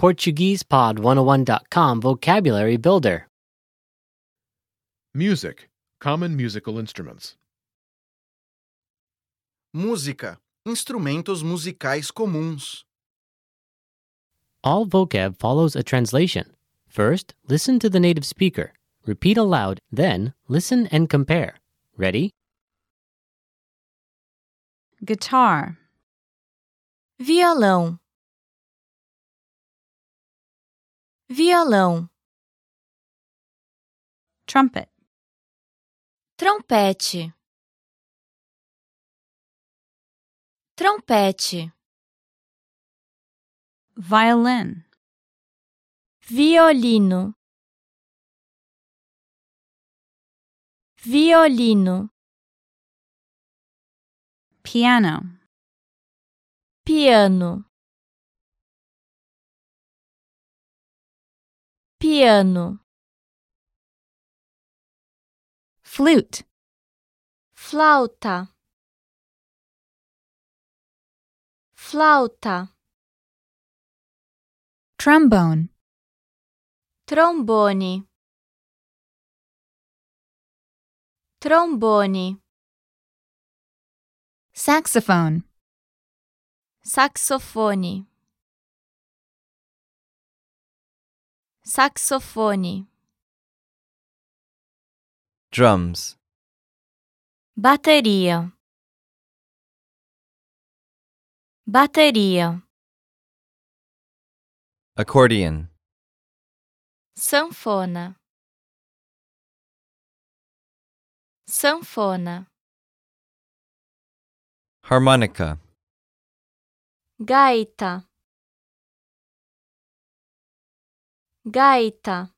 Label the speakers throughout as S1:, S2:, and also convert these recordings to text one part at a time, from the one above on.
S1: PortuguesePod101.com Vocabulary Builder.
S2: Music, common musical instruments.
S3: Música. Instrumentos musicais comuns.
S1: All vocab follows a translation. First, listen to the native speaker. Repeat aloud, then, listen and compare. Ready?
S4: guitar, violão, violão, trumpet, trompete, trompete, violin, violino, violino. Piano. Piano. Piano. Flute. Flauta. Flauta. Trombone. Trombone. Trombone. Saxophone. Saxofone. Saxofone.
S5: drums,
S4: Bateria. Bateria.
S5: accordion,
S4: Sanfona. Sanfona.
S5: harmonica,
S4: Gaita. Gaita.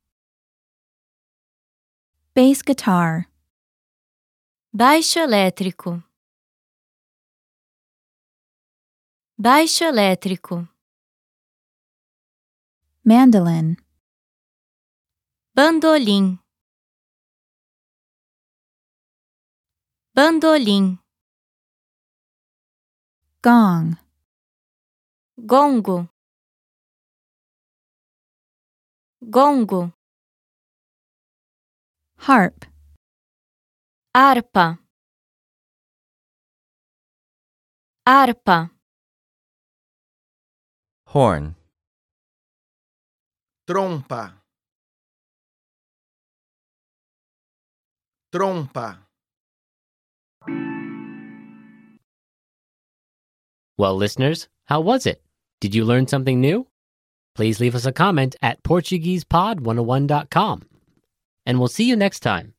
S4: Bass guitar. Baixo elétrico. Baixo elétrico. Mandolin. Bandolim. Bandolim. Gong. Gongo. Gongo. Harp. Harpa. Harpa.
S5: horn,
S3: Trompa. Trompa.
S1: Well, listeners, how was it? Did you learn something new? oh Please leave us a comment at PortuguesePod101.com. And we'll see you next time.